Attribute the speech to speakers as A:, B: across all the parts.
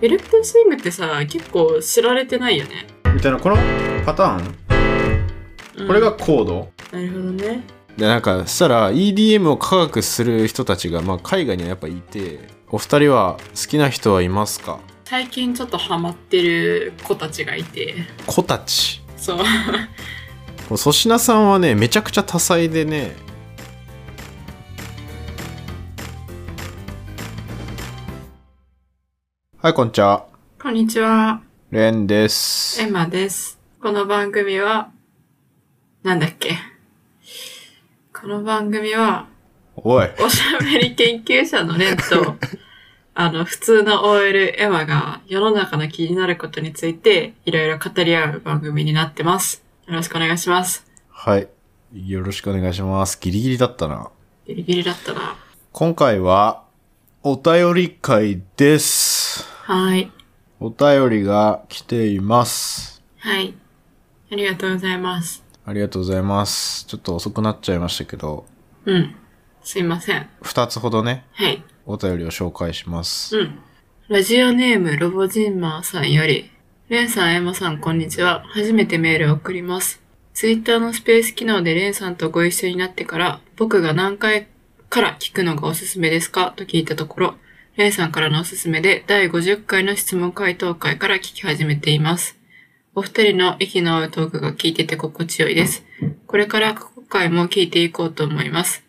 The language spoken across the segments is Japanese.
A: エレクトスイングってさ、結構知られてないよね。
B: みたいなこのパターン
A: うん
B: これが。コード、
A: なるほどね。
C: でなんかそしたら EDM を科学する人たちが、まあ、海外にはやっぱいてお二人は好きな人はいますか
A: 最近ちょっとハマってる子たちがいて。
C: 子たち
A: そう。
C: もう粗品さんはねめちゃくちゃ多彩でねはいこんにちは
A: こんにちは。
C: レンです
A: エマです。この番組は、なんだっけ。この番組は、
C: おい
A: おしゃべり研究者のレ ンと、あの、普通の OL エマが世の中の気になることについていろいろ語り合う番組になってます。よろしくお願いします。
C: はいよろしくお願いしますギリギリだったな
A: ギリギリだったな。
C: 今回はお便り会です
A: はい。
C: お便りが来ています
A: はい。ありがとうございます。
C: ありがとうございます。ちょっと遅くなっちゃいましたけど、
A: うん。すいません。
C: 二つほどね、
A: はい。
C: お便りを紹介します。
A: うん。ラジオネームロボジンマーさんより、レンさん、エマさん、こんにちは。初めてメールを送ります。ツイッターのスペース機能でレンさんとご一緒になってから、僕が何回から聞くのがおすすめですかと聞いたところ、レンさんからのおすすめで、第50回の質問回答会から聞き始めています。お二人の息の合うトークが聞いてて心地よいです。これから過去回も聞いていこうと思います。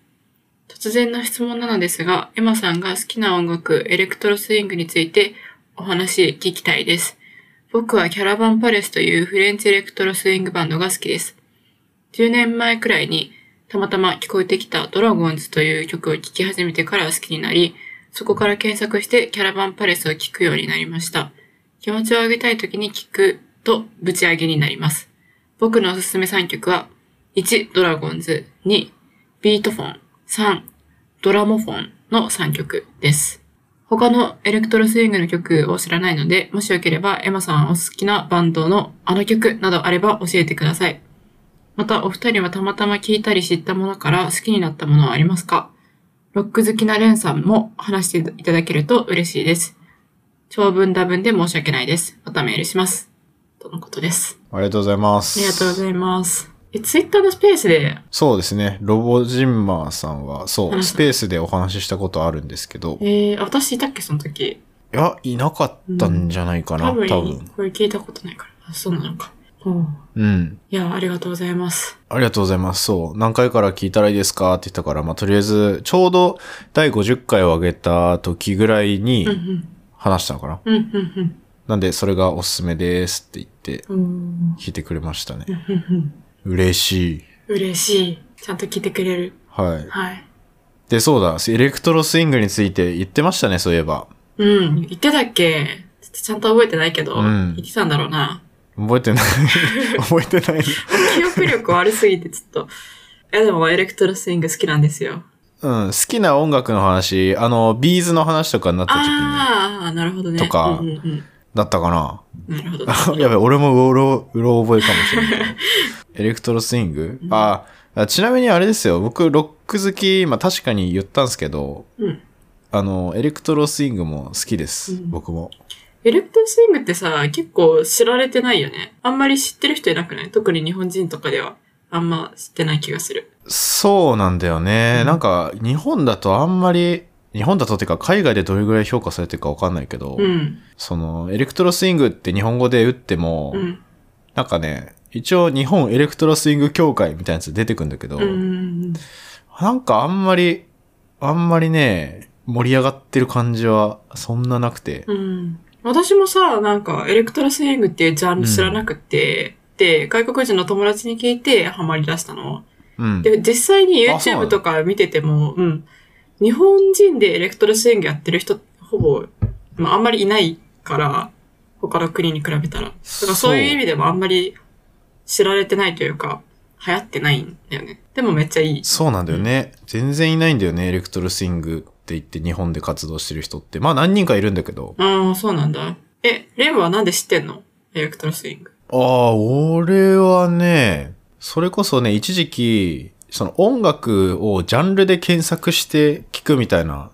A: 突然の質問なのですが、エマさんが好きな音楽、エレクトロスイングについてお話聞きたいです。僕はキャラバンパレスというフレンチエレクトロスイングバンドが好きです。10年前くらいにたまたま聞こえてきたドラゴンズという曲を聴き始めてから好きになり、そこから検索してキャラバンパレスを聴くようになりました。気持ちを上げたい時に聴くとぶち上げになります。僕のおすすめ3曲は、1、ドラゴンズ、2、ビートフォン、3、ドラモフォンの3曲です。他のエレクトロスイングの曲を知らないので、もしよければエマさんお好きなバンドのあの曲などあれば教えてください。またお二人はたまたま聞いたり知ったものから好きになったものはありますかロック好きなレンさんも話していただけると嬉しいです。長文多文で申し訳ないです。またメールします。とのことです。
C: ありがとうございます。
A: ありがとうご
C: ます。
A: ざいます。え、ツイッターのスペースで、
C: そうですね。ロボジンマーさんは、そうう、
A: ん
C: スペースでお話ししたことあるんですけど、い
A: えー、あ私いたっけその時。
C: や、いなかったんじゃないかな、
A: 多分
C: 多分。
A: これ聞いたことないから。あ、そうなのか。
C: うん。
A: いや、ありがとうございます。
C: ありがとうございます。そう。何回から聞いたらいいですかって言ったから、まあ、とりあえず、ちょうど第50回を上げた時ぐらい
A: うんう
C: に
A: ん。
C: 話したのかな。
A: うんうん
C: なんで、それがおすすめですって言って、
A: うん。うん
C: 聞いてくれましたね
A: う。んうん
C: 嬉しい。
A: 嬉しい。ちゃんと聞いてくれる。
C: はい。
A: はい。
C: で、そうだ、エレクトロスイングについて言ってましたね、そういえば。
A: うん。言ってたっけちょっとちゃんと覚えてないけど、
C: うん
A: 言ってたんだろうな。
C: 覚えてない。 覚えてない。
A: 記憶力悪すぎて、ちょっと。 いや、でもエレクトロスイング好きなんですよ。
C: うん、好きな音楽の話、あの、ビーズの話とかになった時に、
A: あーあー、なるほどね。
C: とか
A: うんうん
C: だったかな。
A: うん、なるほど。なるほど
C: やべ、俺もうろ、うろ覚えかもしれない。 エレクトロスイング、ああ、ちなみにあれですよ、僕、ロック好き、まあ確かに言ったんですけど、
A: うん
C: あの、エレクトロスイングも好きです、
A: うん
C: 僕も。
A: エレクトロスイングってさ、結構知られてないよね。あんまり知ってる人いなくない特に日本人とかでは。あんま知ってない気がする。
C: そうなんだよね。
A: うん
C: なんか、日本だとあんまり、日本だとっていうか、海外でどれぐらい評価されてるかわかんないけど、
A: うん。
C: その、エレクトロスイングって日本語で打っても、
A: うん。
C: なんかね、一応日本エレクトロスイング協会みたいなやつ出てくんだけど、
A: うん。
C: なんかあんまり、あんまりね、盛り上がってる感じはそんななくて、
A: うん。私もさ、なんか、エレクトロスイングっていうジャンル知らなくて、で、外国人の友達に聞いてハマり出したの。
C: うん。
A: で、実際に
C: あそうな
A: YouTube
C: んだ
A: とか見てても、うん。日本人でエレクトロスイングやってる人、ほぼ、まあ、あんまりいないから、他の国に比べたら。だからそういう意味でもあんまり知られてないというか、流行ってないんだよね。でもめっちゃいい。
C: そうなんだよね。全然いないんだよね、エレクトロスイングって言って日本で活動してる人って。まあ何人かいるんだけど、
A: ああ、そうなんだ。え、レムはなんで知ってんのエレクトロスイング。
C: ああ、俺はね、それこそね、一時期、その音楽をジャンルで検索して聞くみたいな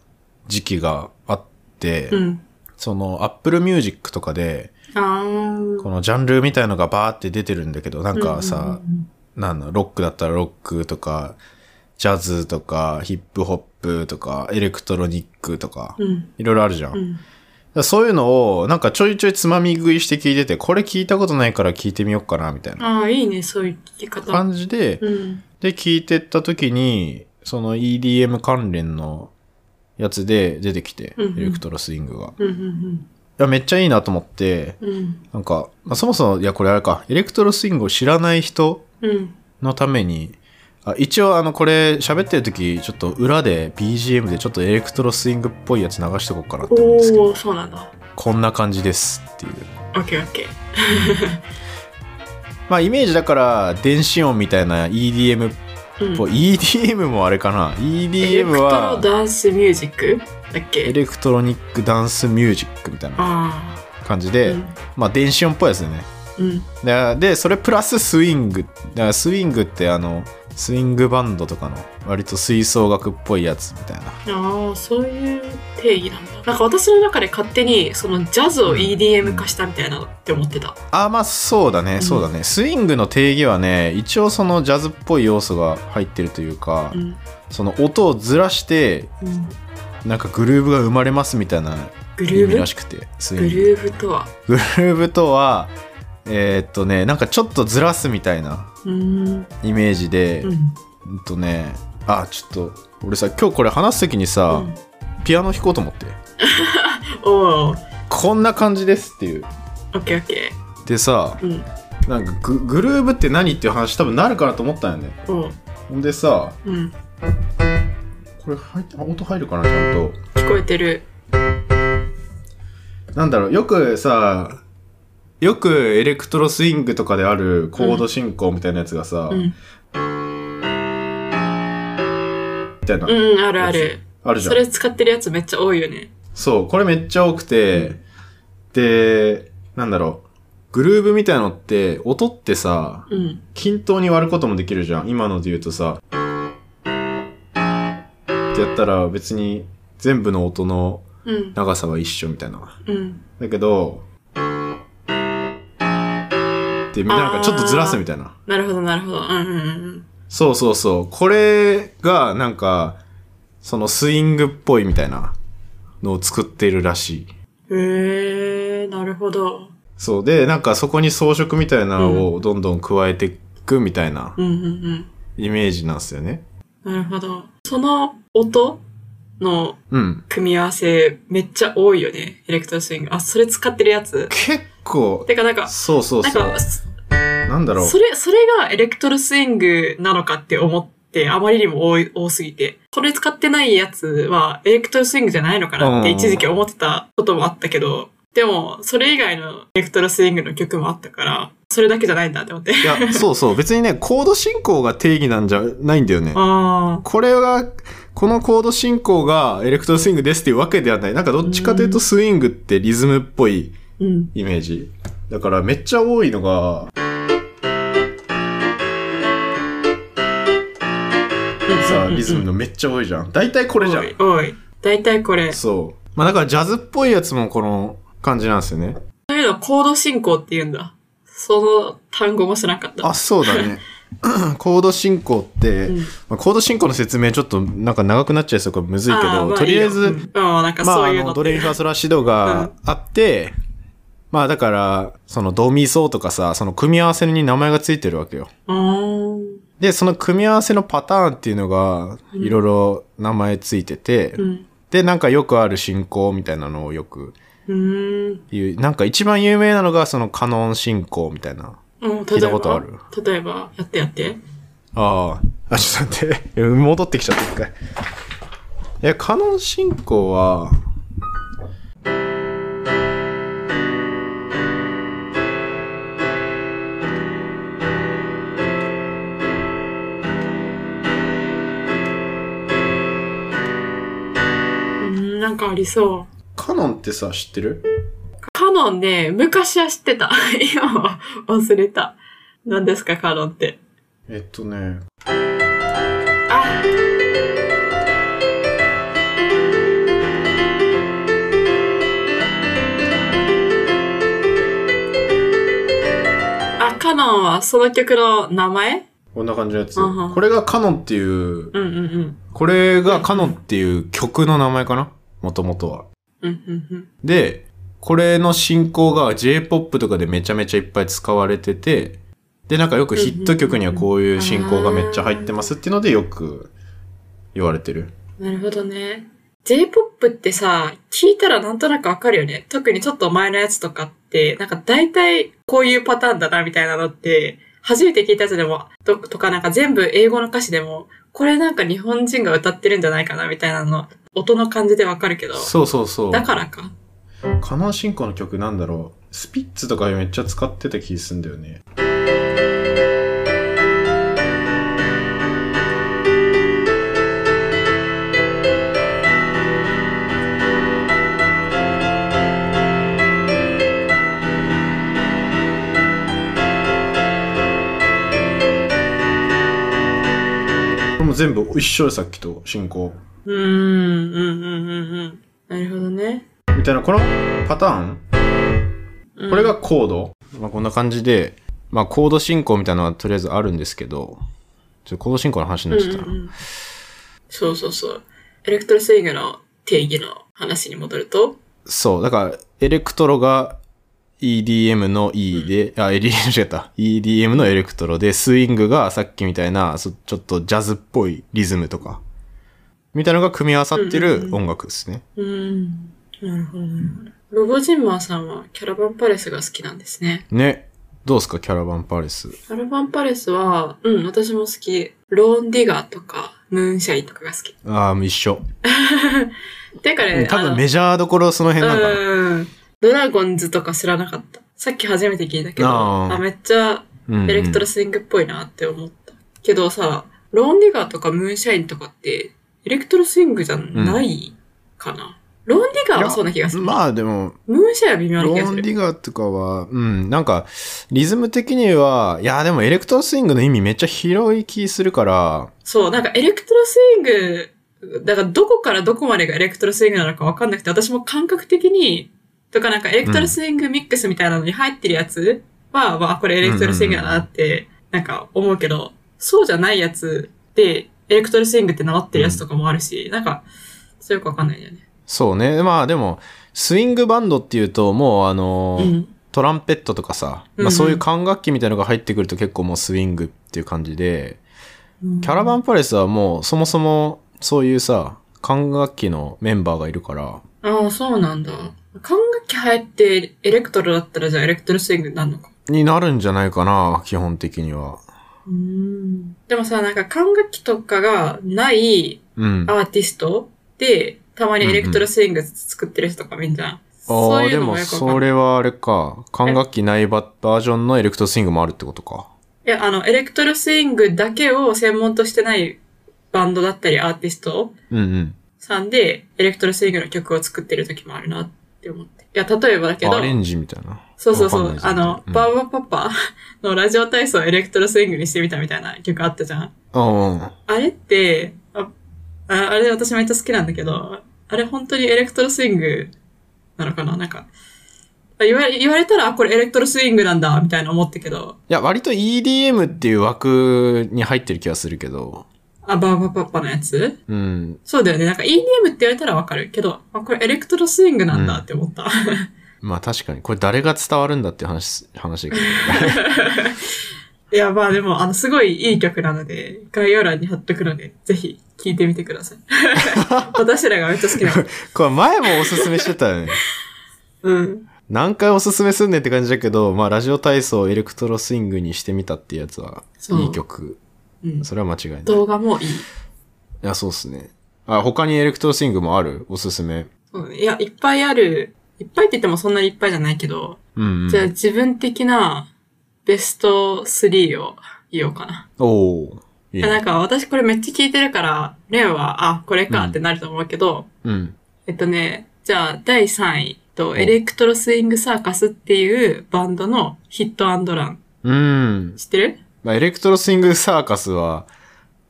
C: 時期があって、
A: うん。
C: その、Apple Music とかで、
A: あー
C: このジャンルみたいのがバーって出てるんだけど、なんかさ、
A: うんうんうん
C: なんだ、ロックだったらロックとか、ジャズとか、ヒップホップとか、エレクトロニックとか、
A: うん
C: いろいろあるじゃん。
A: う
C: だか
A: ん
C: らそういうのを、なんかちょいちょいつまみ食いして聞いてて、これ聞いたことないから聞いてみようかな、みたいな
A: ああ、いいね、そういう聞き方。
C: 感じで、
A: うん。
C: で、聞いてった時に、その EDM 関連のやつで出てきて、
A: うんうん
C: エレクトロスイングが。い
A: うん、うん、
C: や、めっちゃいいなと思って、
A: うん。うん、
C: なんか、まあ、そもそも、いや、これあれか、エレクトロスイングを知らない人
A: うん。
C: のために、あ一応、あの、これ、喋ってる時、ちょっと裏で BGM でちょっとエレクトロスイングっぽいやつ流しておこうかなって思うんですけ
A: お
C: ど
A: お、、そうなんだ。
C: こんな感じですっていう。
A: オッケーオッケー。
C: まあ、イメージだから、電子音みたいな EDM っ
A: うん、
C: ぽい、EDM もあれかな。
A: エレ
C: EDM
A: クトロ
C: は、
A: ダンスミュージックだっ
C: エ
A: け
C: レクトロニックダンスミュージックみたいな
A: ああ。
C: 感じで、まあ、電子音っぽいやつだよね。
A: うん、
C: ででそれプラススイングだからスイングってあのスイングバンドとかの割と吹奏楽っぽいやつみたいな
A: ああそういう定義なんだなんか私の中で勝手にそのジャズを EDM 化したみたいなのって思ってた
C: あまあそうだね、
A: ん
C: そうだねスイングの定義はね一応そのジャズっぽい要素が入ってるというか、
A: うん、
C: その音をずらして
A: うん、
C: なんかグルーブが生まれますみたいな
A: グ
C: 意
A: ル
C: 味
A: ー
C: ら
A: ヴ
C: しくてスイ
A: グ
C: ング
A: ルーヴとは
C: グルーブとはえーっとねなんかちょっとずらすみたいな
A: うーん
C: イメージで、
A: うん
C: うんとねあちょっと俺さ今日これ話す時にさ、
A: うん
C: ピアノ弾こうと思って
A: おお
C: こんな感じですっていう
A: オッケーオッケ
C: でさ
A: ーうん
C: なんかググルーブって何っていう話多分なるかなと思ったんよね
A: おう
C: ほんでさ
A: うん
C: これ入ってあ音入るかなちゃんと
A: 聞こえてる
C: なんだろうよくさよくエレクトロスイングとかであるコード進行みたいなやつがさ、
A: うん
C: みたいな、
A: うんうんあるある
C: あるじゃ
A: そ
C: ん
A: れ使ってるやつめっちゃ多いよね
C: そう、これめっちゃ多く
A: う
C: て、で、なんだろう、グルーブみたいのって、音ってさ、
A: うん
C: 均等に割ることもできるじゃん。今ので言うとさ、ってやったら別に全部の音の
A: うん
C: 長さは一緒みたいな。
A: うん
C: だけど、で、なんかちょっとずらすみたいな。
A: なるほどなるほどうんうんうん
C: そうそうそう。これがなんか、そのスイングっぽいみたいなのを作っているらしい。
A: へえなるほど
C: そうでなんかそこに装飾みたいなのをどんどん加えていくみたいな
A: うんうんうん
C: イメージなんですよね
A: なるほど。その音の
C: うん
A: 組み合わせめっちゃ多いよね。エレクトロスイング。あ、それ使ってるやつ。
C: 結構
A: てかなんか、
C: そうそう
A: なん
C: そう
A: か、そ
C: なんだろう
A: それ、それがエレクトロスイングなのかって思って、あまりにも多い、多すぎて。これ使ってないやつはエレクトロスイングじゃないのかなって
C: うん
A: 一時期思ってたこともあったけど、でも、それ以外のエレクトロスイングの曲もあったから、それだけじゃないんだって思って。
C: いやそうそう別にねコード進行が定義なんじゃないんだよね
A: ああ。
C: これがこのコード進行がエレクトロスイングですっていうわけではないなんかどっちかというとスイングってリズムっぽい
A: うん。
C: イメージだからめっちゃ多いのがさリズムのめっちゃ多いじゃん大体こ
A: こ
C: れじゃん
A: 多い。多い大体これ。
C: そう。まあだからジャズっぽいやつもこの感じなんですよね。
A: そういうのはコード進行って言うんだ。その単語も知らなかった。
C: あ、そうだね。 コード進行って、
A: うん
C: まあ、コード進行の説明ちょっとなんか長くなっちゃいそうからむずいけ
A: ー
C: ど、
A: ま
C: とりあえず、
A: いいようん、うんなんか
C: まあ、
A: そう
C: あ
A: いうの
C: の、
A: って
C: ドレミファソラシドがあって、まあだから、そのドミソとかさ、その組み合わせに名前がついてるわけよ。
A: うーん
C: で、その組み合わせのパターンっていうのが、いろいろ名前ついてて、
A: うん
C: で、なんかよくある進行みたいなのをよく
A: うーん
C: 言う、なんか一番有名なのがそのカノン進行みたいな。
A: うん
C: 聞いたことある
A: 例えば例えばやってやって
C: ああ。あ、ちょっと待って。 戻ってきちゃった、一回。いや、カノン進行は、
A: うーんなんかありそ
C: カノンってさ、知って
A: う
C: る
A: カノンね昔は知ってた 今は忘れた何ですかカノンって
C: えっとね、
A: あカノンはその曲の名前
B: こんな感じのやつ。
A: うんうん
B: これがカノンっていう、
A: うんうんうん。
C: これがカノンっていう曲の名前かなもともとは。
A: うんうんうん。
C: で、これの進行が J-POP とかでめちゃめちゃいっぱい使われてて、で、なんかよくヒット曲にはこういう進行がめっちゃ入ってますっていうのでよく言われてる。
A: なるほどね。J-POP ってさ、聞いたらなんとなくわかるよね。特にちょっと前のやつとかって、なんか大体こういうパターンだなみたいなのって、初めて聞いたやつでも、ととかなんか全部英語の歌詞でも、これなんか日本人が歌ってるんじゃないかなみたいなの、音の感じでわかるけど。
C: そうそうそう。
A: だからか。
B: カノン進行の曲なんだろう。スピッツとかめっちゃ使ってた気すんだよね。これも全部一緒よさっきと進行
A: うーん、うん、うん、うん、うん。なるほどね。
B: みたいなこのパターン
A: うん
B: これがコード、
C: まあ、こんな感じで、まあ、コード進行みたいなのはとりあえずあるんですけど、ちょっとコード進行の話になっちゃったな。
A: うんうんうんそうそうそう。エレクトロスイングの定義の話に戻ると、
C: そう、だから、エレクトロが EDM の E で、あ、EDM 違った。EDM のエレクトロで、スイングがさっきみたいな、そちょっとジャズっぽいリズムとか、みたいなのが組み合わさって
A: うんうん
C: る
A: うん
C: 音楽ですね。
A: うん。なるほど、なるほど。ロボジンマーさんはキャラバンパレスが好きなんですね。
C: ね。どうですか、キャラバンパレス。
A: キャラバンパレスは、うん、私も好き。ローンディガーとか、ムーンシャインとかが好き。
C: ああ、もう一緒。
A: てかね、
C: 多
A: あ
C: 分
A: の
C: メジャーどころその辺なんかな。
A: うん。ドラゴンズとか知らなかった。さっき初めて聞いたけど、
C: あー
A: あめっちゃ
C: うんうん
A: エレクトロスイングっぽいなって思った。けどさ、ローンディガーとかムーンシャインとかって、エレクトロスイングじゃないかな。ローンディガーはそうな気がする。
C: まあでも、
A: ムーンシャインは微妙な
C: ロ
A: 気がす
C: ーン
A: る
C: デ。ィガーとかは、うん、なんか、リズム的には、いや、でもエレクトロスイングの意味めっちゃ広い気するから、
A: そう、なんかエレクトロスイング、だからどこからどこまでがエレクトロスイングなのかわかんなくて、私も感覚的に、とかなんかエレクトロスイングミックスみたいなのに入ってるやつは、まあこれエレクトロスイングだなって、なんか思うけど、そうじゃないやつで、エレクトロスイングって名乗ってるやつとかもあるし、なんか、そうよくわかんないんだよね。
C: そうね、まあでも、スイングバンドっていうと、もうあの、
A: うん。
C: トランペットとかさ、
A: うんう
C: ま
A: ん
C: あ、そういう管楽器みたいなのが入ってくると結構もうスイングっていう感じで、
A: うん
C: キャラバンパレスはもうそもそもそういうさ、管楽器のメンバーがいるから、
A: ああ、そうなんだ。管楽器入ってエレクトロだったらじゃあエレクトロスイングになるのか。
C: になるんじゃないかな、基本的には。
A: でもさ、なんか管楽器とかがない
C: うん。
A: アーティストで、たまにエレクトロスイング作ってる人とか見んじゃん。そう
C: ああ、
A: い
C: で
A: うの
C: も
A: もよくわか
C: そ
A: んない。
C: れはあれか。管楽器ないババージョンのエレクトロスイングもあるってことか。
A: いや、あの、エレクトロスイングだけを専門としてないバンドだったりアーティスト
C: うんうん。
A: さんで、エレクトロスイングの曲を作ってる時もあるなって思って。いや、例えばだけど、
C: アレンジみたいな。
A: そうそうそ
C: わかん
A: う
C: ない、
A: あの、
C: 全然
A: バーバパパのラジオ体操をエレクトロスイングにしてみたみたいな曲あったじゃん。
C: うん。うんうん。
A: あれって、あ、ああれ私めっちゃ好きなんだけど、あれ本当にエレクトロスイングなのかななんか、あ言われ言われたら、あこれエレクトロスイングなんだ、みたいな思ったけど、
C: いや、割と EDM っていう枠に入ってる気がするけど。
A: あ、バーバパパのやつ
C: うん。
A: そうだよね。なんか EDM って言われたらわかるけど、あ、これエレクトロスイングなんだって思った。
C: まあ確かに。これ誰が伝わるんだっていう話、話 だけど。
A: いや、まあでも、あの、すごいいい曲なので、概要欄に貼っとくので、ぜひ聴いてみてください。私らがめっちゃ好きなの。
C: これ前もおすすめしてたよね。
A: うん。
C: 何回おすすめすんねんって感じだけど、まあラジオ体操をエレクトロスイングにしてみたっていうやつは、
A: そう
C: いい曲。
A: うん。
C: それは間違いない。い
A: 動画もいい。
C: や、そうっすね。あ、他にエレクトロスイングもあるおすすめ。
A: うんいや、いっぱいある。いっぱいって言ってもそんなにいっぱいじゃないけど、
C: うん、うん。
A: じゃあ自分的なベスト3を言おうかな。
C: おお。いい
A: な
C: ね。
A: んか私これめっちゃ聞いてるから、レンは、あ、これかってなると思うけど、
C: うん。
A: えっとね、じゃあ第3位と、エレクトロスイングサーカスっていうバンドのヒットアンドラン。
C: うん。
A: 知ってる
C: まあ、エレクトロスイングサーカスは、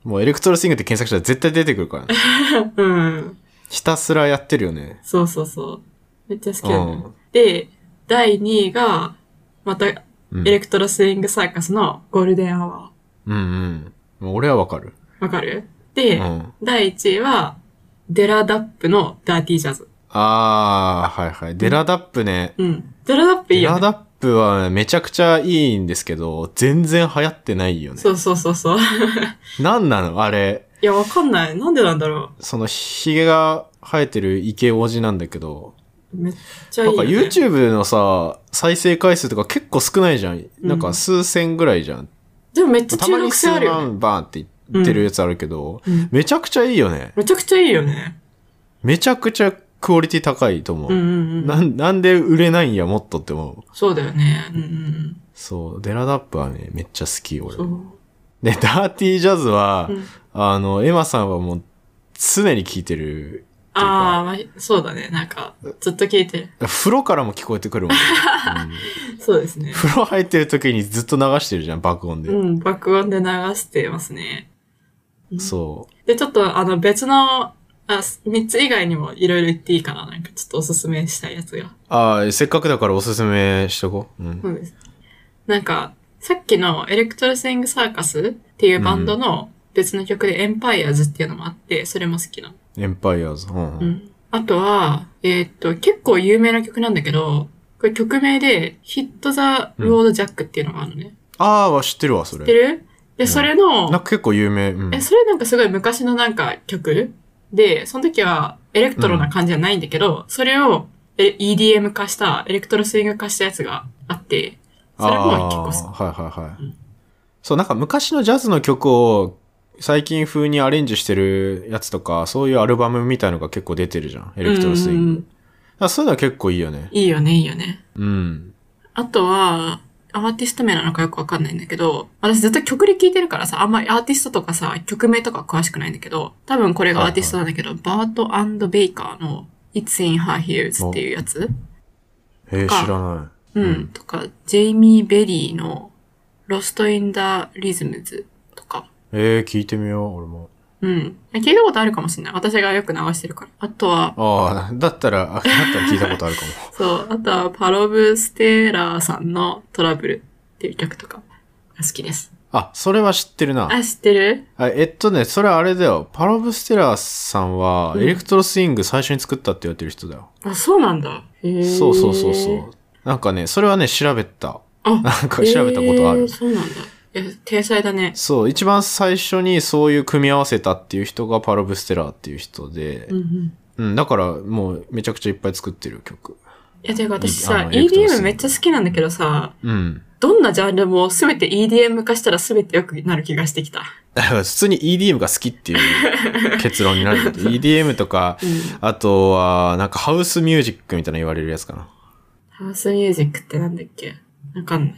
C: もうエレクトロスイングって検索したら絶対出てくる からね。
A: うん。
C: ひたすらやってるよね。
A: そうそうそう。めっちゃ好き
C: う
A: なの。
C: ん。
A: で、第2位が、また
C: うん
A: エレクトロスイングサーカスのゴールデンアワ
C: うんうん。もう俺はわかる。
A: ー。わかるで、
C: うん
A: 第1位は、デラダップのダーティージャズ。
C: あー、はいはい。デラダップね。
A: うん。デラダップいい
C: デ
A: よ、
C: ラ
A: ね。
C: ダップはめちゃくちゃいいんですけど、全然流行ってないよね。
A: そうそうそうそう。
C: なんなのあれ。
A: いや、わかんない。なんでなんだろ
C: その、ヒゲが生えてるイケオジなんだけど、
A: う。めっちゃいい
C: なん
A: よ、
C: か
A: ね。
C: YouTube のさ、再生回数とか結構少ないじゃん。なんか数千ぐらいじゃん。
A: でもめっちゃ
C: た
A: 中
C: まに
A: 毒
C: 数
A: 性あるよ、ね。
C: 万バーンって言ってるやつあるけど、
A: うん
C: めちゃくちゃいいよね。
A: めちゃくちゃいいよね。
C: めちゃくちゃクオリティ高いと思う。
A: うんうんうん。
C: なんなんで売れないんや、もっとって思う。
A: そうだよね。うんうん
C: そう、デラダップはね、めっちゃ好き、
A: うん。
C: 俺
A: そ。う。
C: で、ダーティージャズは、
A: うん
C: あの、エマさんはもう、常に聴いてる。
A: ああ、まあ、そうだね。なんか、ずっと聞いてる。
C: 風呂からも聞こえてくるも ん、ねうん
A: そうですね。
C: 風呂入ってる時にずっと流してるじゃん、爆音で。
A: うん、爆音で流してますね。
C: そう。
A: で、ちょっと、あの、別の、あ、す三つ以外にもいろいろ言っていいかな。なんか、ちょっとおすすめしたいやつが。
C: ああ、せっかくだからおすすめしとこう。うん。
A: そうです。なんか、さっきのエレクトロスイングサーカスっていうバンドの別の曲でエンパイアーズっていうのもあって、それも好きなの。
C: エンパイアーズ。うんう。
A: うんん。あとは、えーっと、結構有名な曲なんだけど、これ曲名で、ヒット・ザ・ロード・ジャックっていうのがあるのね。
C: ああ、は知ってるわ、それ。
A: 知ってるで、
C: ん
A: それの、
C: なんか結構有名。うん
A: え、。それなんかすごい昔のなんか曲で、その時はエレクトロな感じじゃないんだけど、それをえ EDM 化した、エレクトロスイング化したやつがあって、それも結構好
C: あーはいはいはい、
A: うん
C: そう、なんか昔のジャズの曲を最近風にアレンジしてるやつとか、そういうアルバムみたいのが結構出てるじゃん。
A: き。
C: エレクトロスイ
A: うん
C: ン
A: う
C: グ。
A: ん
C: だ
A: うん
C: からそういうのは結構いいよね。
A: いいよね、いいよね。
C: うん。
A: あとは、アーティスト名なのかよくわかんないんだけど、私ずっと曲で聴いてるからさ、あんまりアーティストとかさ、曲名とか詳しくないんだけど、多分これがアーティストなんだけど、バートベイカーの It's in Her Heels っていうやつ
C: えー、
A: か
C: 知らな
A: う
C: うん
A: ん、とか、ジェイミー・ベリーのロスト・イン・ダ・リズムズとか。
C: い。えー、聞いてみよう、俺も。
A: うん。聞いたことあるかもしれない。私がよく流してるから。あとは、
C: ああ、だったら、あだったら聞いたことあるか も。
A: そう、あとはパロブ・ステーラーさんのトラブルっていう曲とかが好きです。
C: あ、それは知ってるな。
A: あ、知ってる
C: あえっとね、それはあれだよ。パロブステラーさんは、
A: うん
C: エレクトロスイング最初に作ったって言われてる人だよ。
A: あ、そうなんだ。へー
C: そうそうそうそう。なんかね、それはね、調べた。
A: あ、
C: なんか調べたことある。
A: へーそうなんだ。え、天才だね。
C: そう、一番最初にそういう組み合わせたっていう人がパロブステラーっていう人で、
A: うんうん。
C: うん、だからもうめちゃくちゃいっぱい作ってる曲。
A: いや、てか私
C: あ
A: さ、
C: のエレクトロス
A: EDM めっちゃ好きなんだけどさ、
C: うん。
A: どんなジャンルもすべて EDM 化したらすべて良くなる気がしてきた。
C: だから普通に EDM が好きっていう結論になるんだけ ど、EDM とか、あとは、なんかハウスミュージックみたいな言われるやつかな。
A: ハウスミュージックってなんだっけわかんない。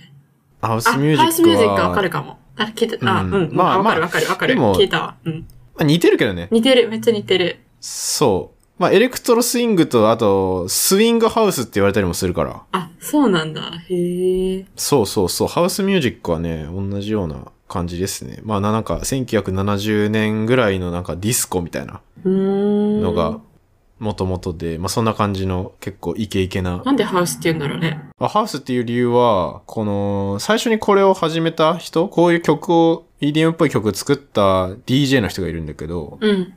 C: ハウス
A: あ、
C: ミュージックは。
A: ハウスミュージックわかるかも。あ、聞いた、あ、う
C: うん
A: ん。ま
C: まあ
A: あ、わかるわかるわかる。
C: でも
A: 聞いたわ。うん。
C: まあ似てるけどね。
A: 似てる、めっちゃ似てる。
C: そう。まあ、エレクトロスイングと、あと、スイングハウスって言われたりもするから。
A: あ、そうなんだ。へえ。
C: そうそうそう。ハウスミュージックはね、同じような感じですね。まあ、ななんか、1970年ぐらいのなんかディスコみたいな
A: うーん。
C: のが、もともとで、まあ、そんな感じの結構イケイケな。
A: なんでハウスって言うんだろうね。
C: あハウスっていう理由は、この、最初にこれを始めた人、こういう曲を、EDM っぽい曲を作った DJ の人がいるんだけど、
A: うん。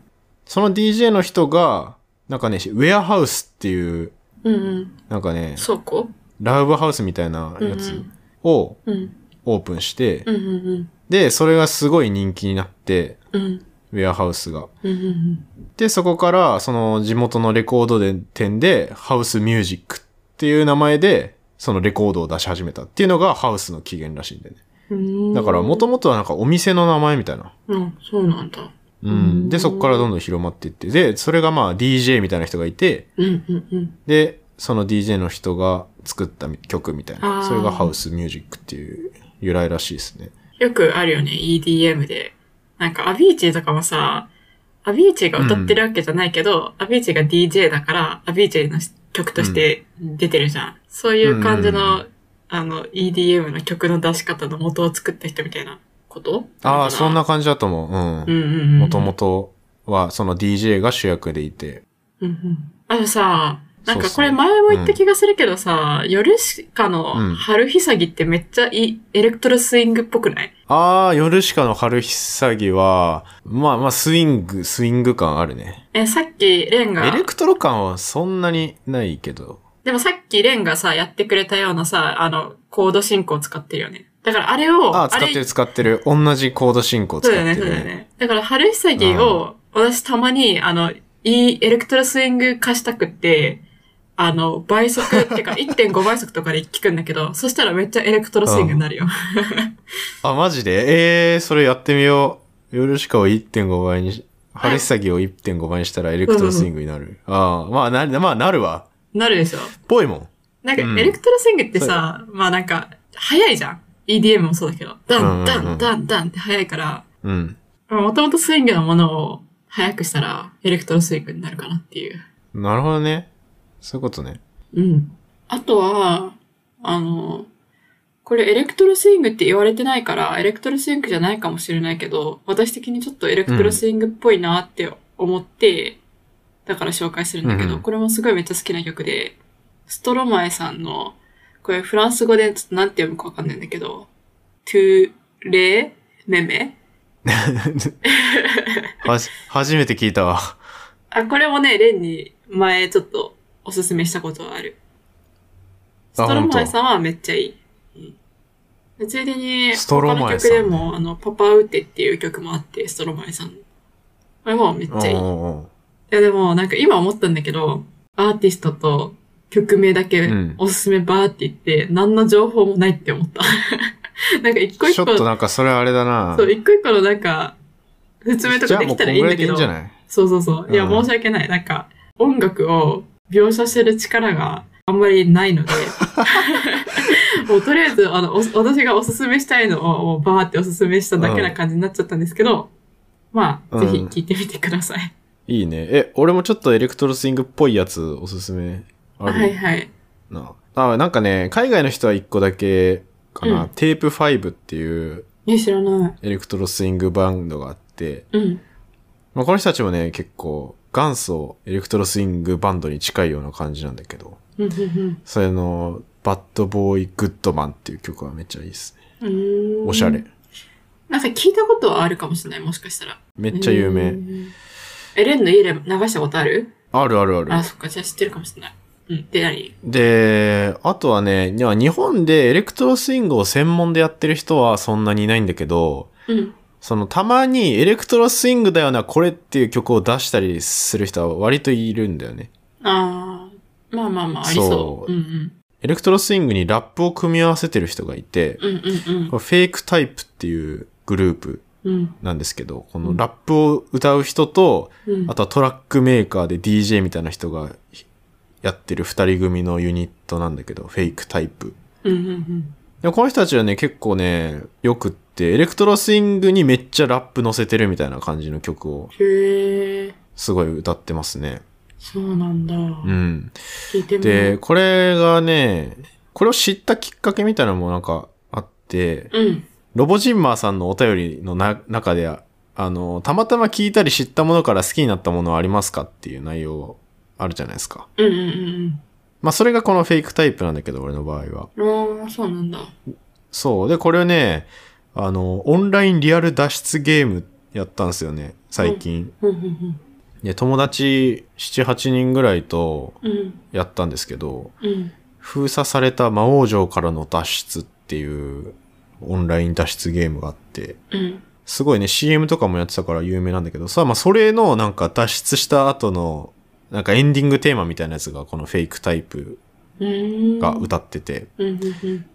C: その DJ の人が、なんかね、ウェアハウスっていう、
A: うんうん。
C: なんかね、
A: 倉庫
C: ラウブハウスみたいな
A: うんう
C: やつ
A: ん。
C: を
A: うん。
C: オープンして、
A: うんうんうん。
C: で、それがすごい人気になって、
A: うん。
C: ウェアハウスが。
A: うんうん
C: で、そこから、その地元のレコード店で、ハウスミュージックっていう名前で、そのレコードを出し始めたっていうのがハウスの起源らしいんだよね。
A: うん。うーん
C: だから、もともとはなんかお店の名前みたいな。
A: うん、そうなんだ。
C: う。
A: うんん
C: で、そこからどんどん広まっていって、で、それがまあ DJ みたいな人がいて、
A: うんうんうん。
C: で、その DJ の人が作った曲みたい
A: あ
C: な。
A: ー
C: それがハウスミュージックっていう由来らしいですね。
A: よくあるよね、EDM で。なんか、アビーチーとかもさ、アビーチーが歌ってるわけじゃないけど、アビーチーが DJ だから、アビーチーの曲として出てるじゃん。そういう感じ
C: うんうん
A: の、あの、EDM の曲の出し方の元を作った人みたいなこと
C: ああ、そん。
A: の
C: な感じだと思う。
A: かうんうんうん。
C: もともとはその DJ が主役でいて。
A: うんうん。あのさ、なん
C: そう
A: か
C: っすね
A: これ前も言った気がするけどさ、ヨルシカ
C: うん
A: の春ひさぎってめっちゃいいエレクトロスイングっぽくない
C: あー、ヨルシカの春ひさぎは、まあまあ、スイング、スイング感あるね。
A: え、さっきレン
C: エ
A: が、
C: レクトロ感はそんなにないけど。
A: でもさっきレンがさ、やってくれたようなさ、あの、コード進行使ってるよね。だからあれを、
C: あー、使ってる
A: れ、
C: 使ってる。同じコード進行使
A: そ
C: っ
A: うだよ
C: て
A: ね、そ
C: る
A: うだ
C: ね。
A: よね。だから春ひさぎを、私たまに、あの、いいエレクトロスイング化したくって、あの、倍速って いうか1.5倍速とかで聞くんだけど、そしたらめっちゃエレクトロスイングになるよ。
C: あ、マジでえー、それやってみよう。ヨルシカを1.5倍にし、春ひさぎを1.5倍にしたらエレクトロスイングになる。あー、まあなる、まあなるわ。
A: なるでしょ
C: ぽいもん。
A: なんか、
C: うん
A: エレクトロスイングってさ、まあなんか、早いじゃん。EDM もそうだけど。
C: うんうん
A: ダ
C: うん
A: ン、ダン、ダン、ダンって早いから、
C: うん。
A: もともとスイングのものを早くしたら、エレクトロスイングになるかなっていう。
C: なるほどね。そういうことね。
A: うん。あとは、あの、これエレクトロスイングって言われてないから、エレクトロスイングじゃないかもしれないけど、私的にちょっとエレクトロスイングっぽいなって思って、だから紹介するんだけ
C: うん
A: ど、
C: うん
A: これもすごいめっちゃ好きな曲で、ストロマエさんの、これフランス語でちょっとなんて読むかわかんないんだけど、トゥレメメ
C: はじ、初めて聞いたわ。
A: あ、これもね、レンに前ちょっとおすすめしたことはある。ス
C: あ
A: トロマエ
C: 本
A: さんはめっちゃいい。うんついでに、
C: ストロ
A: 他の
C: マエ
A: 曲
C: さんね
A: でも、あの、パパウテっていう曲もあって、ストロマエさんの。これもめっちゃいい。い
C: おうおう
A: やでも、なんか今思ったんだけど、アーティストと曲名だけ
C: うん
A: おすすめバーって言って、何の情報もないって思った。 なんか一
C: お
A: 個
C: う
A: 一
C: ちょ
A: 個
C: っ、となんかそれあれだな。
A: そう、一個一個のなんか、説明と
C: じゃ
A: か
C: あ
A: で
C: も
A: き
C: うこ
A: たら
C: ん
A: いい
C: ぐ
A: ん
C: ら
A: だ
C: いでい
A: け
C: いん
A: ど
C: じゃ、ない
A: そうそうそう。いや、
C: うん
A: 申し訳ない。なんか、音楽を描写してる力があんまりない ので、もうとりあえず、あの、お私がおすすめしたいのを、もうバーっておすすめしただけな感じになっちゃったんですけど、まあ、ぜひ聞いてみてください。
C: いいね。え、俺もちょっとエレクトロスイングっぽいやつおすすめあ
A: はい
C: る
A: はい。
C: な。あ、なんかね、海外の人は一個だけかな。
A: うん
C: テープ5っていう
A: え、知らない。
C: エレクトロスイングバンドがあって、
A: うん。
C: まあ、この人たちもね、結構元祖エレクトロスイングバンドに近いような感じなんだけど、
A: うん、うん、
C: それの、バッドボーイ・グッドマンっていう曲はめっちゃいいです
A: うん
C: ね。
A: うーん。
C: おしゃれ。。
A: なんか聞いたことはあるかもしれない、もしかしたら。
C: めっちゃ有
A: う
C: 名。
A: ん。エレンの家で流したことある
C: あるあるある。
A: あ、そっか、じゃあ知ってるかもしれない。うん。で、何
C: で、あとはね、いや日本でエレクトロスイングを専門でやってる人はそんなにいないんだけど、
A: うん。
C: そのたまにエレクトロスイングだよな、これっていう曲を出したりする人は割といるんだよね。
A: ああ、まあまあまあ、ありそ
C: そう
A: う。うんうん。
C: エレクトロスイングにラップを組み合わせてる人がいて、
A: うんうん
C: これフェイクタイプっていうグループ
A: うん。うん
C: なんですけど、このラップを歌う人と、
A: うん。
C: あとはトラックメーカーで DJ みたいな人がやってる二人組のユニットなんだけど、フェイクタイプ。
A: うんうんうん。
C: でもこの人たちはね、結構ね、よくって、エレクトロスイングにめっちゃラップ乗せてるみたいな感じの曲を
A: へえ、
C: すごい歌ってますね。
A: そうなんだ。
C: うん。
A: 聞いてみ
C: で、
A: よ
C: これがね、これを知ったきっかけみたいなのもなんかあって、
A: う。うん。
C: ロボジンマーさんのお便りのな中で、あの、たまたま聞いたり知ったものから好きになったものはありますかっていう内容あるじゃないですか。
A: うんうん
C: まあそれがこのフェイクタイプなんだけど、俺の場合は。
A: うん。ああ、そうなんだ。
C: そう。で、これね、あの、オンラインリアル脱出ゲームやったんですよね、最近。
A: うんうん
C: で、友達7、8人ぐらいと
A: うん。うん
C: やったんですけど、
A: うん。
C: 封鎖された魔王城からの脱出っていうオンライン脱出ゲームがあって、
A: うん。
C: すごいね、CM とかもやってたから有名なんだけどさ、まあそれのなんか脱出した後の、なんかエンディングテーマみたいなやつがこのフェイクタイプ
A: うーん。
C: が歌ってて、
A: うんうんうん。